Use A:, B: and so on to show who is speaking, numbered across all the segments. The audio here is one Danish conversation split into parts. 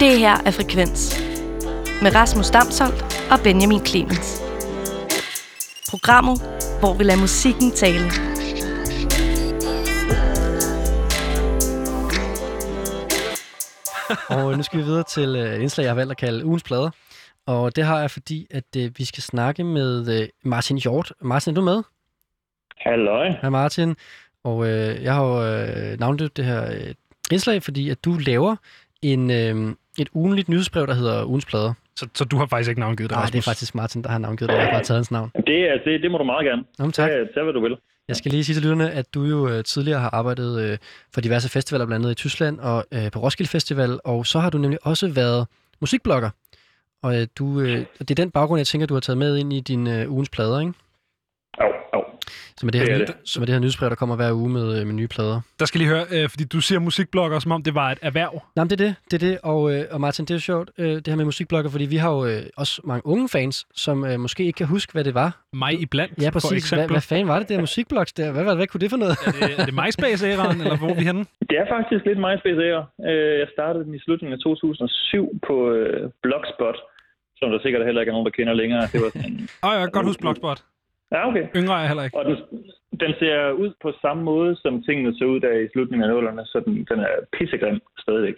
A: Det her er Frekvens med Rasmus Damsholdt og Benjamin Clemens. Programmet, hvor vi lader musikken tale.
B: Og nu skal vi videre til øh, et indslag, jeg har valgt at kalde ugens plader. Og det har jeg, fordi at øh, vi skal snakke med øh, Martin Hjort. Martin, er du med?
C: Halløj.
B: Hej Martin. Og øh, jeg har jo øh, navndøbt det her øh, indslag, fordi at du laver en, øh, et ugenligt nyhedsbrev, der hedder Ugens Plader.
D: Så, så du har faktisk ikke navngivet det,
B: Nej, det er
D: Rasmus.
B: faktisk Martin, der har navngivet det. Jeg har bare taget hans navn.
C: Det, er- det, det må du meget gerne.
B: Nå, men tak.
C: Tag, tag, hvad du vil.
B: Jeg skal lige sige til lytterne, at du jo øh, tidligere har arbejdet øh, for diverse festivaler, blandt andet i Tyskland og øh, på Roskilde Festival, og så har du nemlig også været musikblogger. Og øh, du, øh, og det er den baggrund, jeg tænker, du har taget med ind i din øh, ugens plader, ikke?
C: Au, au.
B: Som er det her,
C: Det er
B: det
C: det.
B: Som er det her nyhedsbrev, der kommer hver uge med, øh, med nye plader.
D: Der skal lige høre, øh, fordi du siger musikblogger, som om det var et erhverv.
B: Nej, men det er det, det er det. Og, øh, og Martin, det er jo sjovt, øh, det her med musikblogger, fordi vi har jo øh, også mange unge fans, som øh, måske ikke kan huske, hvad det var.
D: Mig iblandt,
B: Ja,
D: for
B: præcis. Hvad,
D: eksempel.
B: hvad fanden var det der musikblogs der? Hvad, hvad, hvad kunne det for noget?
D: Er det, er det MySpace-æraen, eller hvor er vi henne?
C: Det er faktisk lidt myspace ære. Øh, Jeg startede den i slutningen af 2007 på øh, Blogspot, som der sikkert heller ikke er nogen, der kender længere. Det var sådan en...
D: Åh, oh, jeg kan godt huske Blogspot.
C: Ja, okay.
D: Yngre er jeg heller ikke.
C: Og den, den ser ud på samme måde, som tingene så ud der i slutningen af nullerne, så den, den er pissegrim stadigvæk.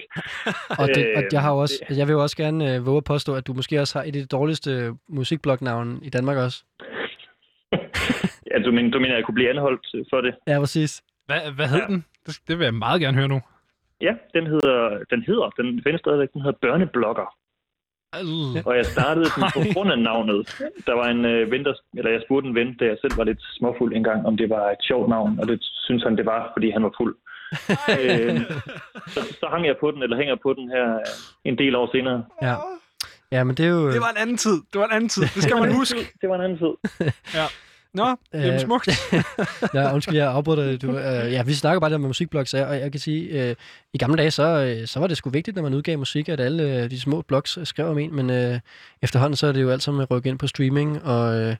B: Og, det, og
C: Øhm,
B: jeg, har jo også, jeg vil jo også gerne øh, våge at påstå, at du måske også har et af de dårligste musikblognavne i Danmark også.
C: Ja, du, mener, du mener, jeg kunne blive anholdt for det?
B: Ja, præcis.
D: Hvad, hvad hed
C: Ja.
D: den? Det, det vil jeg meget gerne høre nu.
C: Ja, den hedder, den hedder, den findes stadigvæk, den hedder Børneblogger.
D: Øh.
C: Og jeg startede den på
D: Ej.
C: grund af navnet. Der var en øh, ven, der, eller jeg spurgte en ven, da jeg selv var lidt småfuld engang, om det var et sjovt navn, og det synes han, det var, fordi han var fuld. øh, så, så hang jeg på den, eller hænger på den her øh, en del år senere.
B: Ja. Ja, men det er jo...
D: Det var en anden tid. Det var en anden tid. Det skal man huske.
C: Det var en anden tid.
D: Nå, det er
B: Øh,
D: smukt.
B: Ja, undskyld, jeg afbryder dig. Du, øh, ja, vi snakker bare lidt om musikblogs, ja, og jeg kan sige, øh, i gamle dage, så, øh, så var det sgu vigtigt, når man udgav musik, at alle øh, de små blogs skrev om en, men øh, efterhånden så er det jo alt sammen rykket ind på streaming, og, øh,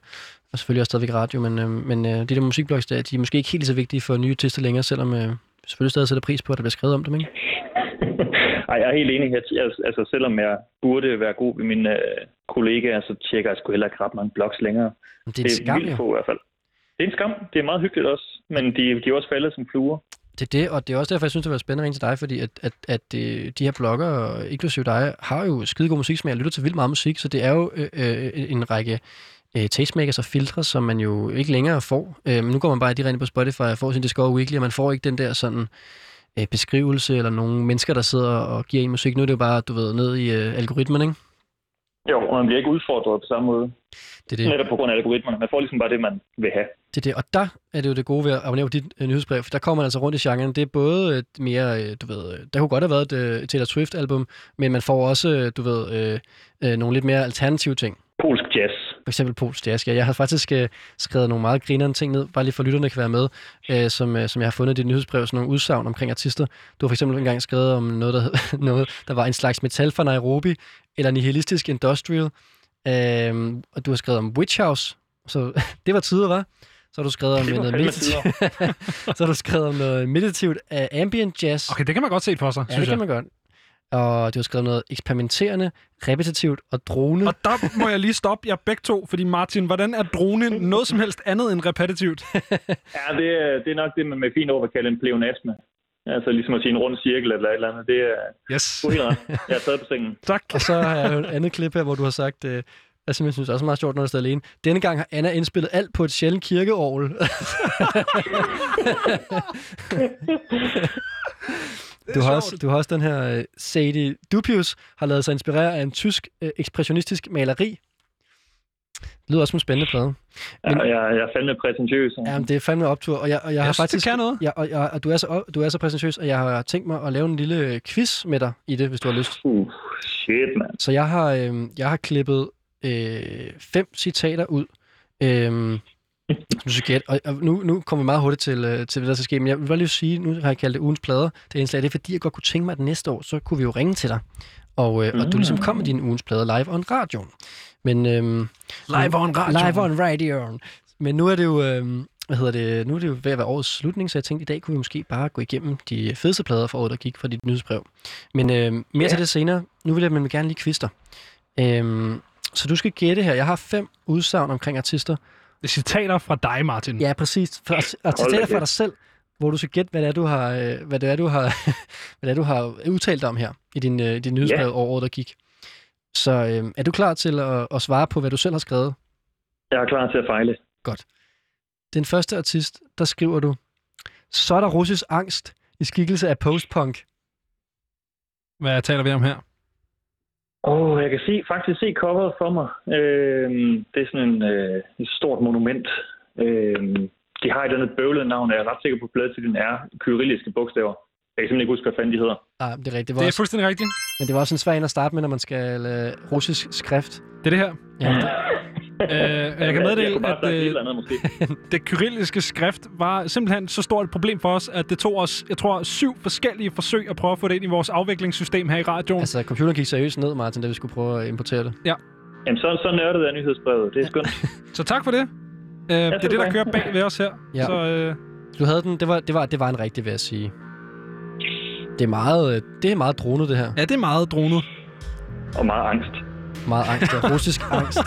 B: og selvfølgelig også stadigvæk radio, men, øh, men øh, de der musikblogs, der, de er måske ikke helt lige så vigtige for nye tester længere, selvom øh, vi selvfølgelig stadig sætter pris på, at der bliver skrevet om dem, ikke?
C: Ej, jeg er helt enig. Jeg, jeg, altså, selvom jeg burde være god ved mine øh, kollegaer, så tjekker jeg sgu heller ikke ret mange blogs længere.
B: Men det er en
C: det er
B: skam,
C: vildt
B: jo.
C: få i hvert fald. Det er en skam. Det er meget hyggeligt også, men de, de er også faldet som fluer.
B: Det er det, og det er også derfor, jeg synes, det var spændende at ringe til dig, fordi at, at, at øh, de her blogger, inklusive dig, har jo skidegod musik, som jeg lytter til vildt meget musik, så det er jo øh, øh, en række øh, tastemakers og filtre, som man jo ikke længere får. Øh, men nu går man bare direkte ind på Spotify og får sin Discover Weekly, og man får ikke den der sådan øh, beskrivelse eller nogle mennesker, der sidder og giver en musik. Nu er det jo bare, du ved, ned i øh, algoritmen, ikke?
C: Jo, og man bliver ikke udfordret på samme måde.
B: Det er det.
C: Netop på grund af algoritmerne. Man får ligesom bare det, man vil have.
B: Det er det, og der er det jo det gode ved at abonnere på dit øh, nyhedsbrev, for der kommer man altså rundt i genren. Det er både øh, mere, øh, du ved, øh, der kunne godt have været et øh, Taylor Swift-album, men man får også, øh, du ved, øh, øh, nogle lidt mere alternative ting.
C: Polsk jazz.
B: For eksempel polsk jazz. Ja, jeg har faktisk øh, skrevet nogle meget grinerende ting ned, bare lige for lytterne kan være med, øh, som, øh, som jeg har fundet i dit nyhedsbrev, sådan nogle udsagn omkring artister. Du har for eksempel engang skrevet om noget, der, hed- noget, der var en slags metal fra Nairobi, eller nihilistisk industrial, øh, og du har skrevet om Witch House, så det var tider, var. Så har du skrevet om
C: Det var
B: noget
C: fandme
B: meditativt, så har du skrevet om noget meditativt uh, ambient jazz.
D: Okay, det kan man godt se for sig,
B: ja, det
D: synes
B: kan
D: jeg.
B: man godt. Og du har skrevet noget eksperimenterende, repetitivt og drone.
D: Og der må jeg lige stoppe jer begge to, fordi Martin, hvordan er drone noget som helst andet end repetitivt?
C: Ja, det er, det er nok det, man med fint ord vil kalde en pleonasme. Altså ligesom at sige en rund cirkel eller et eller andet. Det er
D: Yes.
C: du er helt ret. Jeg er taget på sengen.
D: Tak.
B: Og så har jeg jo et andet klip her, hvor du har sagt, øh, jeg simpelthen synes også er meget sjovt, når du står alene. Denne gang har Anna indspillet alt på et sjældent kirkeorgel. du, har også, du har også den her øh, Sadie Dupius, har lavet sig inspirere af en tysk øh, ekspressionistisk maleri. Det lyder også som en spændende plade.
C: Ja, jeg, jeg er fandme præsentøs.
B: Jamen, det er fandme optur, og jeg, og jeg, jeg har
D: synes, det
B: faktisk...
D: kan noget.
B: Jeg, og, jeg, og du, er så, op- du er så præsentøs, at jeg har tænkt mig at lave en lille øh, quiz med dig i det, hvis du har lyst.
C: Uh, shit, mand.
B: Så jeg har, øh, jeg har klippet øh, fem citater ud. Øh, som sujet, og, og nu, nu kommer vi meget hurtigt til, øh, til, hvad der skal ske, men jeg vil bare lige sige, nu har jeg kaldt det ugens plader, det indslag, det er fordi, jeg godt kunne tænke mig, at næste år, så kunne vi jo ringe til dig, og, øh, og du ligesom kom med din ugens plader live on radioen. Men, øh,
D: Live on radio.
B: Live on radioen. Men nu er det jo, øh, hvad hedder det, nu er det jo ved at være årets slutning, så jeg tænkte, i dag kunne vi måske bare gå igennem de fedeste plader for året, der gik fra dit nyhedsbrev. Men øh, mere ja. til det senere. Nu vil jeg nemlig gerne lige kviste dig. Øhm, så du skal gætte her. Jeg har fem udsagn omkring artister.
D: Det er citater fra dig, Martin.
B: Ja, præcis. For, artister fra
C: kæft.
B: dig selv, hvor du skal gætte, hvad det er, du har, øh, hvad det er, du har, hvad det er, du har udtalt om her i din, øh, din nyhedsbrev yeah. over året, der gik. Så øh, er du klar til at, at svare på, hvad du selv har skrevet?
C: Jeg er klar til at fejle.
B: Den første artist, der skriver du, så er der russisk angst i skikkelse af postpunk.
D: Hvad taler vi om her?
C: Åh, oh, jeg kan se, faktisk se coveret for mig. Øhm, det er sådan en, øh, et stort monument. Øhm, de har et eller andet bøvlet navn, og jeg er ret sikker på, at bladtitlen er kyrilliske bogstaver. Jeg kan simpelthen ikke huske, hvad fanden de hedder.
B: Nej, Ah, det er rigtigt. Det var
D: Det er
B: også,
D: fuldstændig rigtigt.
B: men det var også en svær en at starte med, når man skal øh, russisk skrift.
D: Det er det her.
B: Ja, det,
D: Øh, jeg kan
C: jeg kunne
D: meddele,
C: bare
D: at
C: have sagt et
D: øh,
C: eller andet, måske.
D: det kyrilliske skrift var simpelthen så stort et problem for os, at det tog os, jeg tror, syv forskellige forsøg at prøve at få det ind i vores afviklingssystem her i radioen.
B: altså, computeren gik seriøst ned, Martin, da vi skulle prøve at importere det.
C: Jamen, så, så nørdede jeg nyhedsbrevet. Det er skønt.
D: Så tak for det. Øh, det er det, der
C: tak.
D: kører bag ved os her.
B: Ja.
D: Så øh,
B: Du havde den. Det var, det var, det var en rigtig, vil jeg sige. Det er meget, øh, det er meget dronet, det her.
D: ja, det er meget dronet.
C: Og meget angst.
B: Meget angst. og Russisk angst.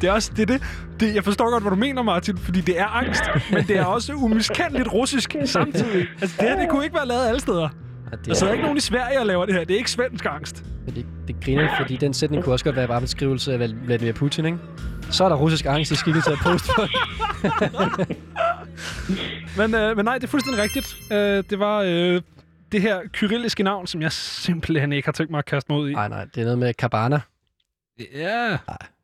D: Det er også det, er det, det. Jeg forstår godt, hvad du mener, Martin, fordi det er angst, men det er også umiskendeligt russisk samtidig. Altså, det her, det kunne ikke være lavet alle steder.
B: Ja, det,
D: Der sidder
B: er,
D: ikke nogen i Sverige og laver det her. Det er ikke svensk angst.
B: fordi, det griner, fordi den sætning kunne også godt være bare en beskrivelse af Vlad- Vladimir Putin, ikke? Så er der russisk angst i skikkelse af postfolk.
D: Men, øh, men nej, det er fuldstændig rigtigt. Øh, det var øh, det her kyrilliske navn, som jeg simpelthen ikke har tænkt mig at kaste mig ud i.
B: Nej, nej, det er noget med Cabana.
D: Ja,
B: Jeg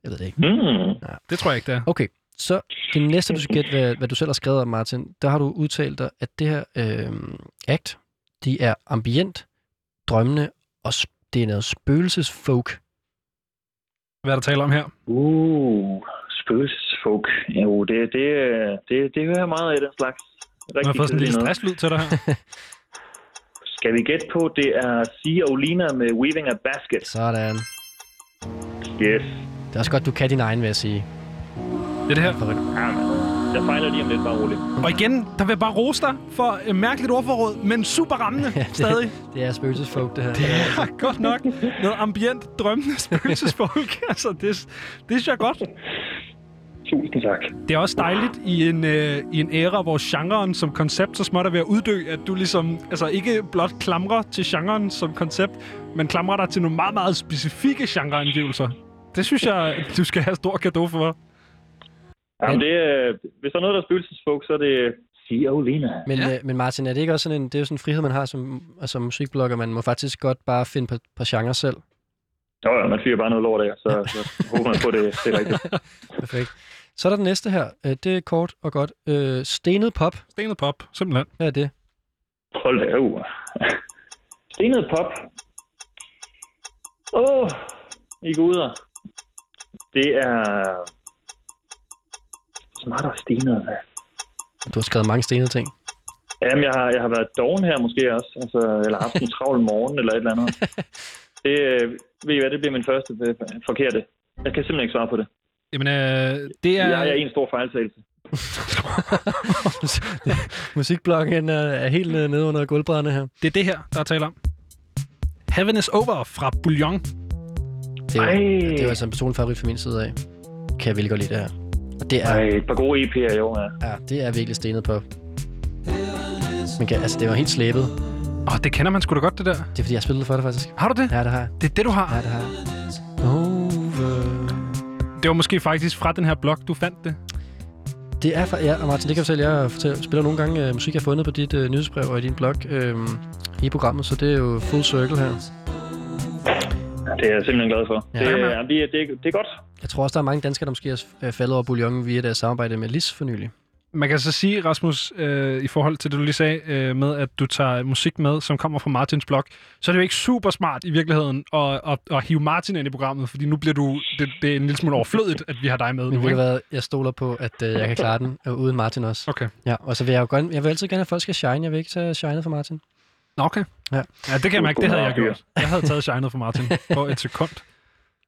B: ved det ikke.
C: Mm.
D: det tror jeg ikke, det er.
B: Okay, så det næste, du skal gætte, hvad, hvad du selv har skrevet om, Martin, der har du udtalt dig, at det her øh, act, de er ambient, drømmende, og sp- det er noget spøgelsesfolk.
D: Hvad er der taler om her?
C: Uh, spøgelsesfolk. Jo, det, det, øh, det, det hører jeg meget af den slags.
D: Man har fået sådan
C: kedelige
D: en lille
C: noget.
D: stresslyd til dig her.
C: Skal vi gætte på, det er Sia Olina med Weaving a Basket.
B: Sådan.
C: Yes.
B: Det er også godt, du kan din egen, vil jeg sige.
D: Det er det her.
C: Jamen, jeg fejler lige om lidt, bare roligt.
D: Og igen, der vil jeg bare rose dig for øh, mærkeligt ordforråd, men super rammende
B: det-
D: stadig.
B: Det er spøgelsesfolk, det her.
D: Ja, godt nok. Noget ambient, drømmende spøgelsesfolk. altså, det, det synes jeg er godt.
C: Tusind tak.
D: Det er også dejligt i en, øh, i en æra, hvor genren som koncept så småt er ved at uddø, at du ligesom altså ikke blot klamrer til genren som koncept, men klamrer dig til nogle meget, meget specifikke genreangivelser. Det synes jeg, du skal have stor gave for.
C: Jamen, det, er- hvis der er noget, der er spøgelsesfolk, så er det Sia Olina.
B: Men,
D: Ja.
B: ja. øh, men Martin, er det ikke også sådan en, det er jo sådan en frihed, man har som, altså, musikblogger, man må faktisk godt bare finde på, på genre selv.
C: Jo, jo, man fyrer bare noget lort af, så, så håber man på det, det er rigtigt.
B: Perfekt. Så er der den næste her. Øh, det er kort og godt. Øh, stenet pop.
D: Stenet pop, simpelthen.
B: Hvad er det?
C: Hold da, uh. Stenet pop. Åh, oh, I guder. Det er... Så meget der er stenet, hvad?
B: Du har skrevet mange stenede ting.
C: Jamen, jeg har, jeg har været doven her måske også, altså, eller haft en travl morgen eller et eller andet. Det, øh, ved I hvad, det bliver min første øh, forkerte. Jeg kan simpelthen ikke svare på det.
D: Jamen, øh, det
C: Ja.
D: er...
C: Jeg er en stor fejltagelse.
B: Musikbloggen er, er helt øh, nede under gulvbrædderne her.
D: Det er det her, der er tale om. Heaven is Over fra Bouillon.
B: Det er,
C: Ej.
B: jo- det er jo altså en personlig favorit fra min side af. Kan jeg virkelig godt lide det her. Og det
C: Ej,
B: er,
C: et par gode EP'er i år, ja.
B: ja, det er virkelig stenet pop. Man kan, altså, det var helt slæbet.
D: Åh, oh, det kender man sgu da godt, det der.
B: Det er, fordi jeg har spillet for det, faktisk.
D: Har du det?
B: Ja, det har jeg.
D: Det er det, du har.
B: Ja, det har jeg. Over.
D: Det var måske faktisk fra den her blog, du fandt det.
B: Det er for, ja, og Martin, det kan jeg fortælle. Jeg fortæller, spiller nogle gange øh, musik, jeg har fundet på dit øh, nyhedsbrev og i din blog øh, i programmet, så det er jo full circle her.
C: Det er jeg simpelthen glad for.
B: Ja.
C: Det,
D: Tak, mand.
C: er, det, er- det, er- det er godt.
B: Jeg tror også, der er mange danskere, der måske er øh, faldet over bouillon via deres samarbejde med Lis for nylig.
D: Man kan så sige, Rasmus, øh, i forhold til det, du lige sagde øh, med, at du tager musik med, som kommer fra Martins blog, så er det jo ikke super smart i virkeligheden at, at, at hive Martin ind i programmet, fordi nu bliver du, det, det er en lille smule overflødigt, at vi har dig med
B: Men
D: nu,
B: ved du
D: ikke?
B: hvad, jeg stoler på, at øh, jeg kan klare den, og uden Martin også.
D: Okay.
B: Ja, og så vil jeg jo gerne, jeg vil altid gerne, at folk skal shine. Jeg vil ikke tage shinet for Martin.
D: Nå, okay.
B: Ja.
D: ja, det kan jeg mærke, det havde jeg
C: Sgu meget
D: gjort. Jeg havde taget shinet fra Martin på et sekund.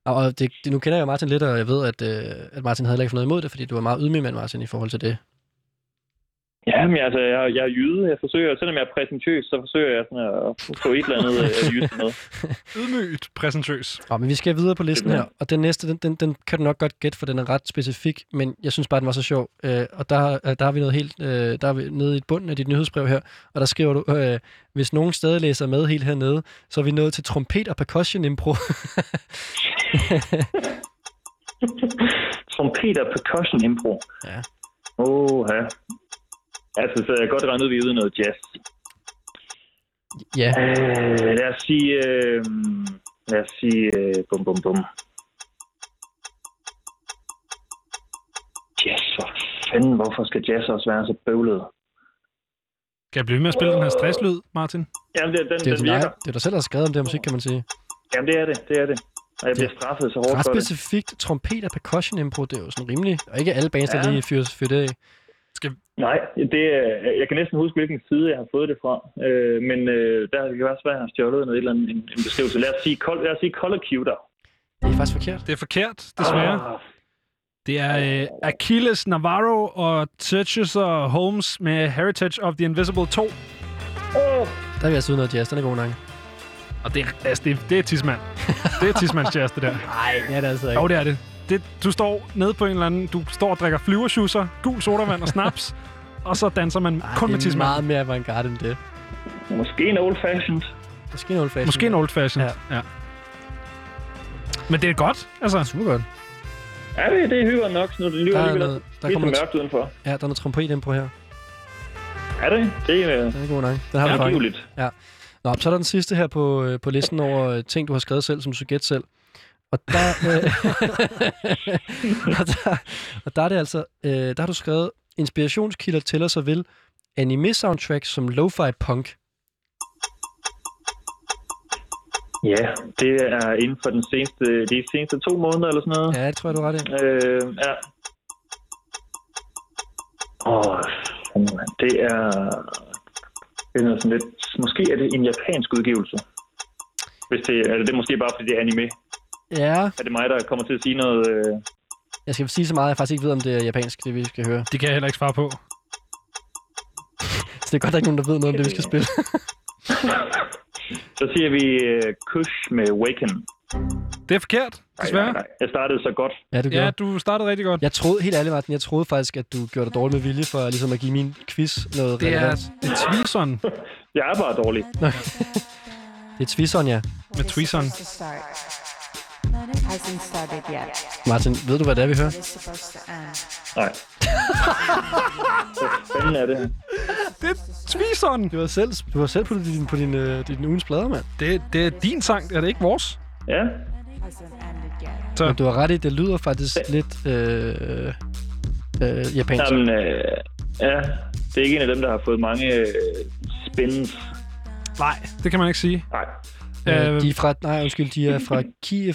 B: Og, og det, det, nu kender jeg jo Martin lidt, og jeg ved, at, øh, at Martin havde heller ikke fået noget imod det, fordi du var meget ydmyg med Martin i forhold til det.
C: Ja, men altså, jeg, jeg er jyde. Jeg forsøger, selvom jeg er præsentøs, så forsøger jeg sådan at få et eller andet øh, jysk med.
D: Ydmygt præsentøs.
B: Nå, men vi skal videre på listen
C: Det
B: her,
C: er
B: og den næste, den, den, den kan du nok godt gætte, for den er ret specifik, men jeg synes bare, den var så sjov. Øh, og der, øh, der har vi noget helt, øh, der er vi nede i bunden af dit nyhedsbrev her, og der skriver du, øh, hvis nogen stadig læser med helt hernede, så er vi nået til trompet og percussion impro.
C: Trompet og percussion impro.
B: Ja.
C: Åh, ja. Altså, så jeg kan godt regne ud, at vi er ude i noget jazz.
B: ja,
C: Øh, lad os sige... Øh, lad os sige... Øh, bum, bum, bum. Jazz, for fanden. Hvorfor skal jazz også være så bøvlet?
D: Kan jeg blive ved med at spille den her stresslyd, Martin?
C: Jamen, det, den,
B: det er jo
C: den
B: dig,
C: virker.
B: det er dig selv, der har skrevet om det her musik, kan man sige.
C: Jamen, det er det. Det er det. Og jeg bliver straffet så hårdt
B: Ret
C: for det.
B: specifikt trompet og percussion impro, det er jo sådan rimelig, og ikke alle bands, der
C: Ja.
B: lige fyrer fyr det af.
C: Nej, det, er- jeg kan næsten huske, hvilken side jeg har fået det fra. Øh, men øh, der kan det være svært, at jeg har stjålet noget, et eller andet, en, en beskrivelse. Lad os sige, kol, lad os sige color cuter.
B: Det er faktisk forkert.
D: Det er forkert, desværre.
C: Ah,
D: Det er øh, Achilles Navarro og Churches og Holmes med Heritage of the Invisible 2.
B: Der er vi altså ude i noget jazz, den er god nok.
D: Og det er, altså, det, er- det er tidsmand. Det er tidsmands jazz, det der.
B: Nej, det er det altså ikke.
D: Jo, det er det. det. Du står nede på en eller anden... Du står og drikker flyverschusser, gul sodavand og snaps. og så danser man
B: Ej,
D: kun med
B: det er
D: tidsmand.
B: meget mere avantgarde end det.
C: Måske en old fashioned.
B: Måske en old fashion.
D: Måske en old fashioned. Ja. ja. Men det er godt, altså.
B: Super godt.
C: Ja, det, det hygger nok. Nu er det lyder
B: Der er
C: alligevel
B: noget- der
C: lidt
B: kommer
C: mørkt udenfor.
B: Ja, der er noget trompet ind på her.
C: Er det? Det er øh,
B: Den er god nok. Den har du fanget.
C: angiveligt.
B: Nå, så er der den sidste her på, øh, på listen over øh, ting, du har skrevet selv, som du skal gætte selv. Og der, øh, og der, og der er det altså, øh, der har du skrevet, inspirationskilder tæller sig vel anime-soundtrack som lo-fi punk.
C: Ja, det er inden for den seneste, de seneste to måneder eller sådan noget.
B: Ja, det tror jeg, du er ret i.
C: Øh, ja. Åh, fanden, mand. det er... Det er noget sådan lidt... Måske er det en japansk udgivelse. Hvis det, eller det er måske bare, fordi det er anime.
B: Ja,
C: Er det mig, der kommer til at sige noget... Øh...
B: jeg skal sige så meget, at jeg faktisk ikke ved, om det er japansk, det vi skal høre.
D: Det kan jeg heller ikke svare på.
B: Så det er godt, der er ikke nogen, der ved noget om det, vi skal spille.
C: Så siger vi øh, Kush med Waken.
D: Det er forkert, desværre.
C: Jeg startede så godt.
B: Ja, du gør.
D: Ja, du startede rigtig godt.
B: Jeg troede, helt ærligt, Martin, jeg troede faktisk, at du gjorde dig dårlig med vilje for ligesom at give min quiz noget
D: Det er
B: relevans.
D: det er Twison
C: Jeg er bare dårlig.
B: Det er Twison, ja.
D: med Twison.
E: supposed to start. Hasn't started yet.
B: Martin, ved du, hvad det er, vi hører?
E: It's supposed to end.
C: Nej. Hvad fanden er det?
D: Det er Twison!
B: Du har selv, du har selv puttet din, på din, øh, din ugens plader, mand.
D: Det, det er din sang, er det ikke vores?
C: Ja,
E: Hasn't ended yet.
B: Men du har ret i, det lyder faktisk lidt øh, øh, japansk.
C: Jamen, øh, ja. Det er ikke en af dem, der har fået mange øh, spins.
D: Nej, det kan man ikke sige.
C: Nej.
B: Øh,
D: øh,
B: de er fra, nej, undskyld, de er fra Kiev.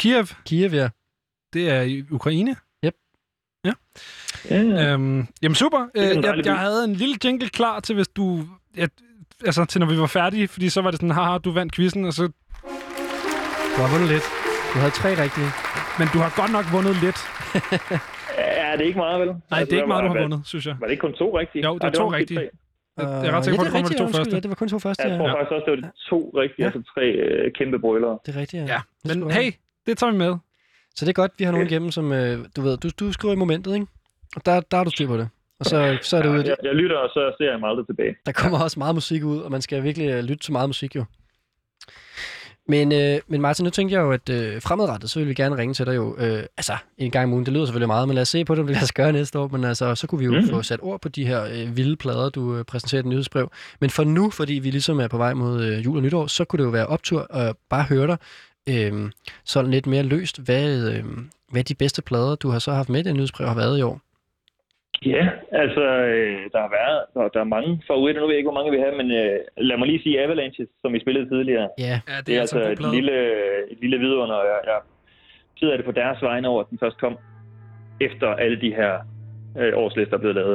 D: Kiev,
B: Kiev, ja.
D: det er i Ukraine.
C: Ja, ja.
D: Øhm, jamen super. Øh,
C: en
D: jeg,
C: dejlig by.
D: jeg havde en lille jingle klar til, hvis du... Jeg, altså til når vi var færdige, fordi så var det sådan, haha, du vandt quizzen, og så...
B: Du har vundet lidt. Du havde tre rigtige.
D: Men du har godt nok vundet lidt.
C: ja, det er ikke meget, vel? Altså,
D: Nej, det er ikke meget, du har vundet, synes jeg.
C: Var det ikke kun to rigtige?
D: Jo, det er
C: Nej,
D: to
C: var måske
D: rigtige.
C: tre.
D: Jeg- jeg er ret sikker på,
B: Øh, ja,
D: at du kommer med de to
B: undskyld,
D: første.
B: Ja, det var kun to første,
C: Ja,
B: ja.
C: jeg tror
B: ja.
C: faktisk også, det var de to rigtige,
B: Ja.
C: altså tre øh, kæmpe brøler.
B: Det er rigtigt, ja.
D: Ja,
B: Det skulle
D: men
B: jeg.
D: hey, det tager vi med.
B: Så det er godt, vi har nogen igennem, som øh, du ved, du, du skriver i momentet, ikke? Og der, der er du styr på det. Og så, så er det ude.
C: Jeg, jeg lytter, og så ser jeg mig aldrig tilbage.
B: Der kommer også meget musik ud, og man skal virkelig øh, lytte til meget musik jo. Men, øh, men Martin, nu tænkte jeg jo, at øh, fremadrettet, så vil vi gerne ringe til dig jo, øh, altså en gang om ugen, det lyder selvfølgelig meget, men lad os se på det, om det lad os gøre næste år, men altså, så kunne vi jo mm.
C: Mhm.
B: få sat ord på de her øh, vilde plader, du øh, præsenterer i dit nyhedsbrev. Men for nu, fordi vi ligesom er på vej mod øh, jul og nytår, så kunne det jo være optur at bare høre dig øh, sådan lidt mere løst, hvad, øh, hvad de bedste plader, du har så haft med i det nyhedsbrev, har været i år.
C: Ja, altså, øh, der har været, der, der er mange favoritter, nu ved jeg ikke, hvor mange vi har, men øh, lad mig lige sige Avalanches, som vi spillede tidligere.
B: Ja,
D: Ja,
C: Det er altså et lille, et lille vidunder, og jeg, jeg er ked af det på deres vegne over, at den først kom efter alle de her øh, årslister er blevet lavet.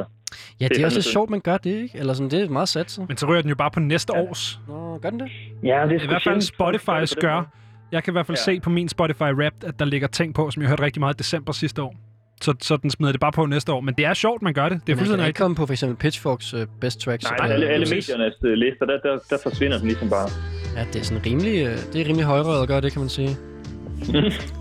B: ja det er
C: fandme
B: også lidt
C: fedt.
B: sjovt, man gør det, ikke? Eller sådan, det er meget satset.
D: Men så ryger den jo bare på næste års.
B: Nå, gør den det?
C: Ja, det
D: I hvert fald Spotify gør. Jeg kan i hvert fald
C: Ja.
D: se på min Spotify Wrapped, at der ligger ting på, som jeg hørte rigtig meget i december sidste år. så, så den smider det bare på næste år. Men det er sjovt, man gør det. Det er
B: Men jeg
D: fuldstændig
B: kan ikke
D: rigtigt.
B: komme på for eksempel Pitchforks uh, best tracks.
C: Nej,
B: øh,
C: alle, alle
B: musik.
C: mediernes øh, lister, der, der, der forsvinder den ligesom bare.
B: Ja, det er sådan rimelig, øh, det er rimelig højrøget at gøre det, kan man sige.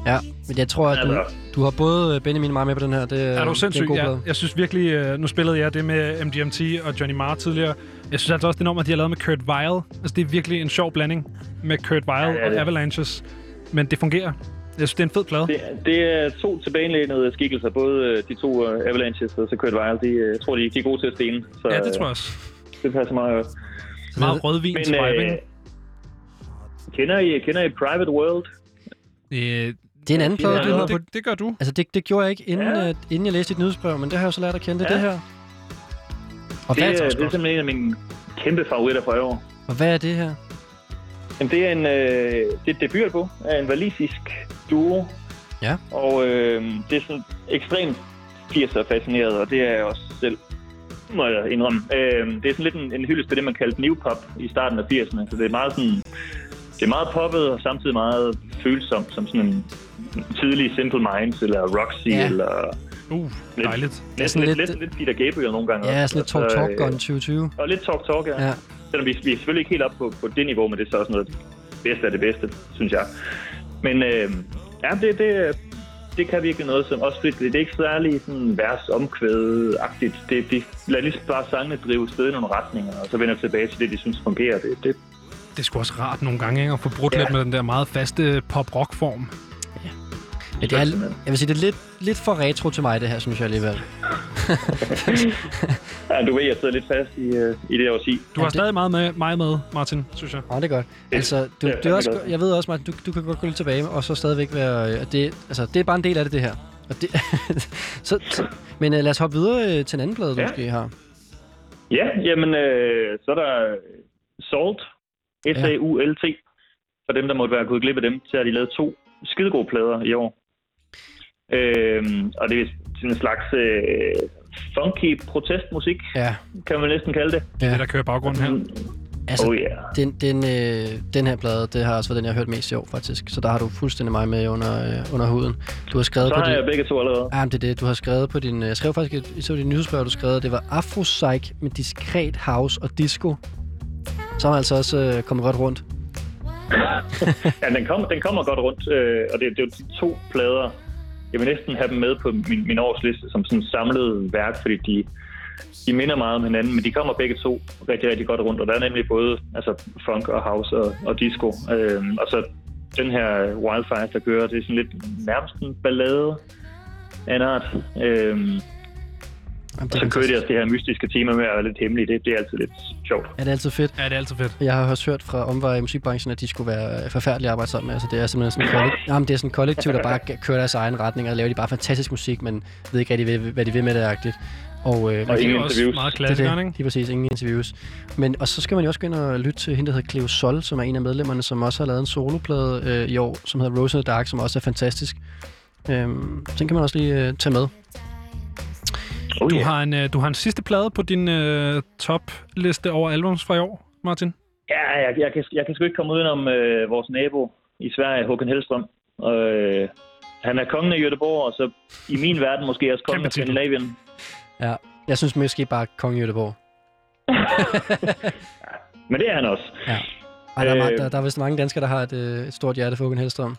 B: ja, men jeg tror, at du,
C: Altså.
B: du har både øh, Benjamin og mig med på den her. Det,
D: Er du sindssyg?
B: Det er en
D: Ja,
B: god plade.
D: jeg synes virkelig, øh, nu spillede jeg det med MGMT og Johnny Marr tidligere. Jeg synes altså også, det nummer, de har lavet med Kurt Vile. Altså, det er virkelig en sjov blanding med Kurt Vile ja,
C: det er
D: og
C: det.
D: Avalanches. Men det fungerer. Jeg synes, det er en fed plade.
C: Det, det er to tilbagelænede skikkelser. Både øh, de to øh, Avalanches og så Kurt Weill. De, øh, jeg tror, de, de er gode til at stene. Så,
D: ja, det tror jeg
C: øh,
D: også.
C: Det passer meget godt.
B: Altså,
D: Meget rødvin
C: Men
D: til vibing.
C: øh, kender, I, kender I Private World?
D: Øh,
B: Det er en anden plade,
C: Ja,
B: du har
D: det,
B: på.
D: det, det gør du.
B: Altså, det, det gjorde jeg ikke, inden, ja.
C: Ja.
B: øh, inden jeg læste dit nyhedsbrev, men det har jeg jo så lært at kende, ja.
C: Ja.
B: det her. Og
C: Det,
B: hvad,
C: er,
B: det,
C: det er simpelthen en af mine kæmpe favoritter fra i år.
B: og hvad er det her?
C: Jamen, det er en øh, det er et debutalbum af en walisisk duo.
B: Ja.
C: Og øh, det er sådan ekstremt 80'er fascineret, og det er jeg også selv må jeg indrømme. Øh, det er sådan lidt en, en hyldest til det, man kaldte new pop i starten af 80'erne. Så det er meget sådan... Det er meget poppet og samtidig meget følsomt, som sådan en tidlig Simple Minds eller Roxy
B: Ja.
C: ja. eller...
D: Uh,
C: Lidt.
D: dejligt.
C: Det er sådan lidt, lidt, lidt, lidt Peter Gabriel nogle gange.
B: Ja,
C: også.
B: sådan lidt
C: Og
B: Talk
C: så,
B: Talk
C: øh,
B: Gun 2020.
C: Og lidt Talk Talk, ja.
B: Ja.
C: ja. Selvom vi, vi er selvfølgelig ikke helt oppe på, på det niveau, men det er så også noget af det bedste af det bedste, synes jeg. Men øh, ja, det, det, det kan virkelig noget, som også fordi det er ikke særlig sådan vers omkvædeagtigt. Det, de lader ligesom bare sangene drive sted i nogle retninger, og så vender tilbage til det, de synes fungerer. Det, det,
D: Det er sgu også rart nogle gange ikke, at få brudt ja.
C: Ja.
D: lidt med den der meget faste pop-rock-form.
B: Ja, det er,
C: simpelthen.
B: jeg vil sige, det er lidt, lidt for retro til mig, det her, synes jeg alligevel.
C: ja, du ved, jeg sidder lidt fast i, øh, i det årti.
D: Du
B: Ja,
D: har
B: det-
D: stadig meget med, mig med, Martin, synes jeg.
B: Ja, det er godt. Altså, du,
C: det er
B: det er også,
C: godt.
B: jeg ved også, Martin, du, du kan godt gå lidt tilbage, og så stadigvæk være... øh, At det, altså, det er bare en del af det, det her. Og det, så, så, men uh, lad os hoppe videre øh, til en anden plade, du
C: Ja.
B: måske har.
C: Ja, jamen, øh, så er der Salt, S-A-U-L-T. For dem, der måtte være gået glip af dem, så har de lavet to skidegode plader i år. Øhm, og det er sådan en slags øh, funky protestmusik,
B: Ja,
C: kan man næsten kalde det.
D: Ja.
B: Ja.
D: Det, der kører i baggrunden
C: Mm.
D: her.
B: altså,
C: oh yeah.
B: Den, den, øh, den her plade, det har også været den, jeg har hørt mest i år, faktisk. Så der har du fuldstændig mig med under, øh, under huden. Du har skrevet
C: Så
B: på
C: har jeg
B: din...
C: begge to allerede.
B: Ja, men det er det. Du har skrevet på din... øh, Jeg skrev faktisk, et- jeg så din nyhedsbrev, du skrev, at det var Afropsych med diskret house og disco. Så har man altså også øh, kommet godt rundt.
C: Ja, den, kom, den kommer godt rundt, øh, og det, det er jo de to plader. Jeg vil næsten have dem med på min, min årsliste som sådan samlet værk, fordi de, de minder meget om hinanden, men de kommer begge to rigtig, rigtig godt rundt, og der er nemlig både altså, funk og house og, og disco. Øh, og så den her Wildfire, der kører, det er sådan lidt nærmest en ballade af en art. Øh,
B: Jamen,
C: og så kører de også det her mystiske tema med at være lidt hemmelige. Det, det er altid lidt sjovt.
B: Er det altid fedt?
D: Ja, det er altid fedt.
B: Jeg har også hørt fra omveje i musikbranchen, at de skulle være forfærdelige at arbejde sammen med. Altså, det er simpelthen sådan, kollek- Jamen, det er sådan et kollektiv, der bare g- kører deres egen retning, og laver de bare fantastisk musik, men ved ikke rigtig, hvad- hvad de vil med det, agtigt. Og, øh,
C: Og
D: Det er
C: ingen
D: jo også
C: interviews.
D: meget
B: Det er
D: klassikeren,
B: det.
D: ikke?
B: Lige præcis, ingen interviews. Men, og så skal man jo også gå ind og lytte til hende, der hedder Cleo Sol, som er en af medlemmerne, som også har lavet en soloplade øh, i år, som hedder Rose in the Dark, som også er fantastisk. Øhm, den kan man også lige øh, tage med.
C: Oh,
D: Du
C: yeah.
D: har en, øh, du har en sidste plade på din øh, topliste over albums fra i år, Martin.
C: Ja, jeg, jeg, kan, jeg kan sgu ikke komme udenom øh, vores nabo i Sverige, Håkan Hellstrøm. Øh, han er kongen af Göteborg, og så i min verden måske også kongen
D: Kæmpe
C: af
D: titel.
C: Skandinavien.
B: Jeg synes måske bare Kong Jødeborg.
C: Men det er han også.
B: Ej, der, er, meget-
C: Øh.
B: der, der er vist mange danskere, der har et, øh, et stort hjerte for Håkan Hellstrøm.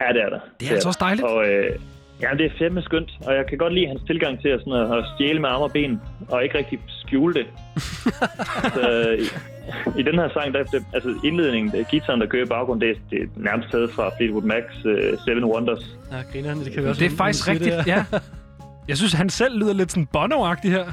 C: Ja, det er der.
D: Det er altså også dejligt.
C: Og øh, ja, det er fandme skønt, og jeg kan godt lide hans tilgang til at, sådan at, at stjæle med arme og ben, og ikke rigtig skjule det. altså, i, I den her sang, der, der, altså indledningen, der, gitaren, der kører i baggrunden, det, er- det er nærmest taget fra Fleetwood Mac's øh, Seven Wonders.
B: Ja, griner det kan vi også
D: Det er faktisk rigtigt, ja. Jeg synes, han selv lyder lidt sådan bono her.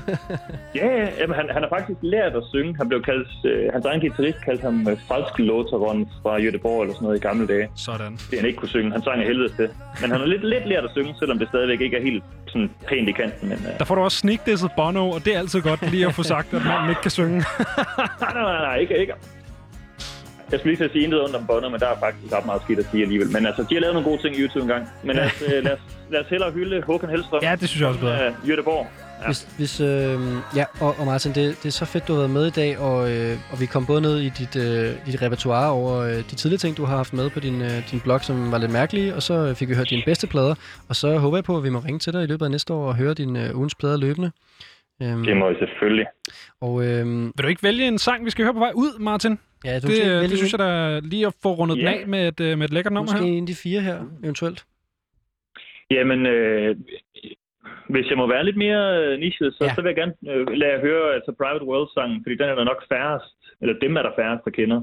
C: Ja, ja, jamen, han, han har faktisk lært at synge. Han blev kaldt, øh, hans egen guitarist kaldte ham øh, falsk Lotharen fra Göteborg eller sådan noget i gamle dage.
D: Sådan.
C: Det han ikke kunne synge. Han sang af helvede til. Men han har lidt, lidt lært at synge, selvom det stadigvæk ikke er helt sådan pænt i kanten. Men, øh,
D: Der får du også sneakdisset Bono, og det er altid godt lige at få sagt, at manden ikke kan synge.
C: nej, nej, nej, nej, ikke, ikke. Jeg skulle lige til at sige intet ondt om Bono, men der er faktisk ret meget skidt at sige alligevel. Men altså, de har lavet nogle gode ting i YouTube engang. Men lad os, øh, lad os, lad os hellere hylde Håkan Hellstrøm
D: Ja, det synes jeg også er bedre.
C: af Göteborg.
B: Ja. Hvis, hvis, øh, ja, og, og Martin, det, det er så fedt, du har været med i dag, og, øh, og vi kom både ned i dit, øh, dit repertoire over øh, de tidligere ting, du har haft med på din, øh, din blog, som var lidt mærkelige, og så øh, fik vi hørt dine bedste plader, og så håber jeg på, at vi må ringe til dig i løbet af næste år og høre dine øh, ugens plader løbende. Øhm,
C: Det må jeg selvfølgelig.
B: og øhm,
D: Vil du ikke vælge en sang, vi skal høre på vej ud, Martin?
B: ja, du
D: det,
B: måske
D: øh,
B: vælge
D: det synes jeg da lige at få rundet
C: Ja.
D: den af med et, øh, med et lækkert nummer
B: måske
D: her.
B: en af de fire her, eventuelt.
C: Jamen, øh, hvis jeg må være lidt mere øh, nichet, så,
B: Ja.
C: ja. så vil jeg gerne øh, lade jer høre altså Private World-sangen, fordi den er der nok færrest, eller dem er der færrest, der kender.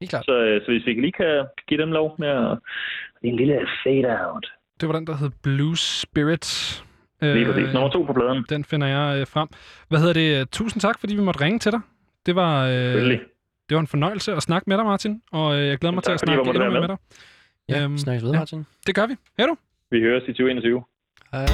B: Helt klart.
C: Så, øh, så hvis vi lige kan give dem lov med at... En lille fade-out.
D: Det var den, der hed Blue Spirit. Øh,
C: Lige præcis. Nummer to på pladen.
D: Den finder jeg øh, frem. Hvad hedder det? Tusind tak, fordi vi måtte ringe til dig. Det var, øh,
C: Selvfølgelig.
D: det var en fornøjelse at snakke med dig, Martin. Og øh, jeg glæder mig
C: Tak,
D: til at
C: fordi
D: snakke
C: jeg måtte
D: endnu mere
C: være
D: med dig.
B: Ja,
D: Øhm,
B: snakkes ved,
D: ja.
B: Martin.
D: Det gør vi. Hej du.
C: Vi høres i 2021.
B: Hej.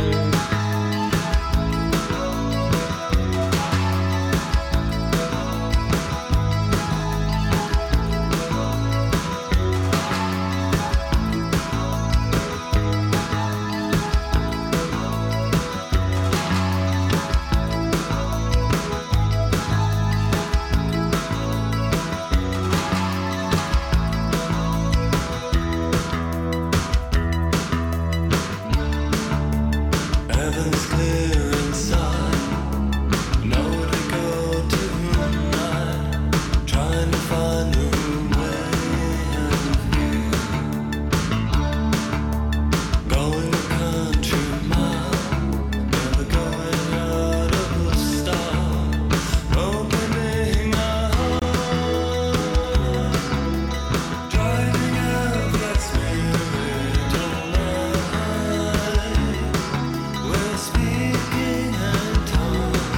F: Heaven's clear inside. Nowhere to go to tonight. Trying to find the way in Going a country mile. Never going out of style. Opening our heart. Driving out that spirit alive. We're speaking in tongues.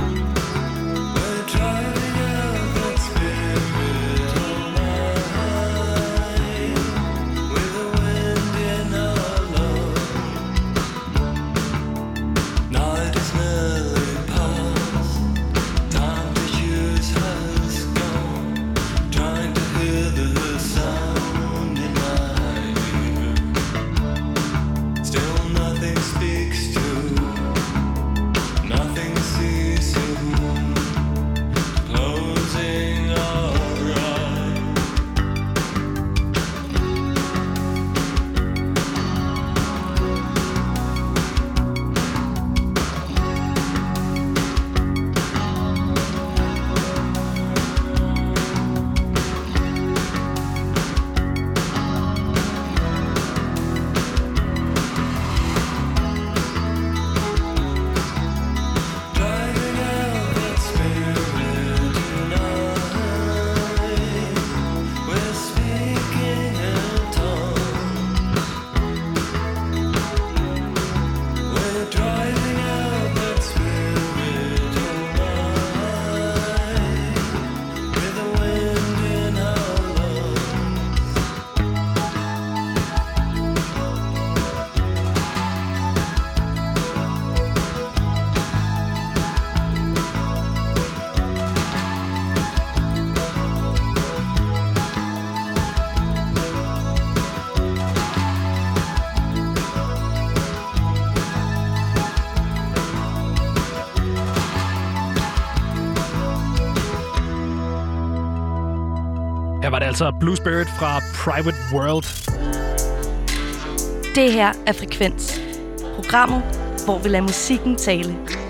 F: We're driving out that spirit alive with the wind in our love. Night is nearly past. Time to use has gone. Trying to hear the sound in my ear. Still nothing speaks to nothing sees you closing our eyes. Driving out that spirit tonight. We're speaking in tongues. We're driving out that spirit tonight. With the wind in our lungs.
D: Her var det altså Blue Spirit fra Private World.
A: Det her er Frekvens. Programmet, hvor vi lader musikken tale.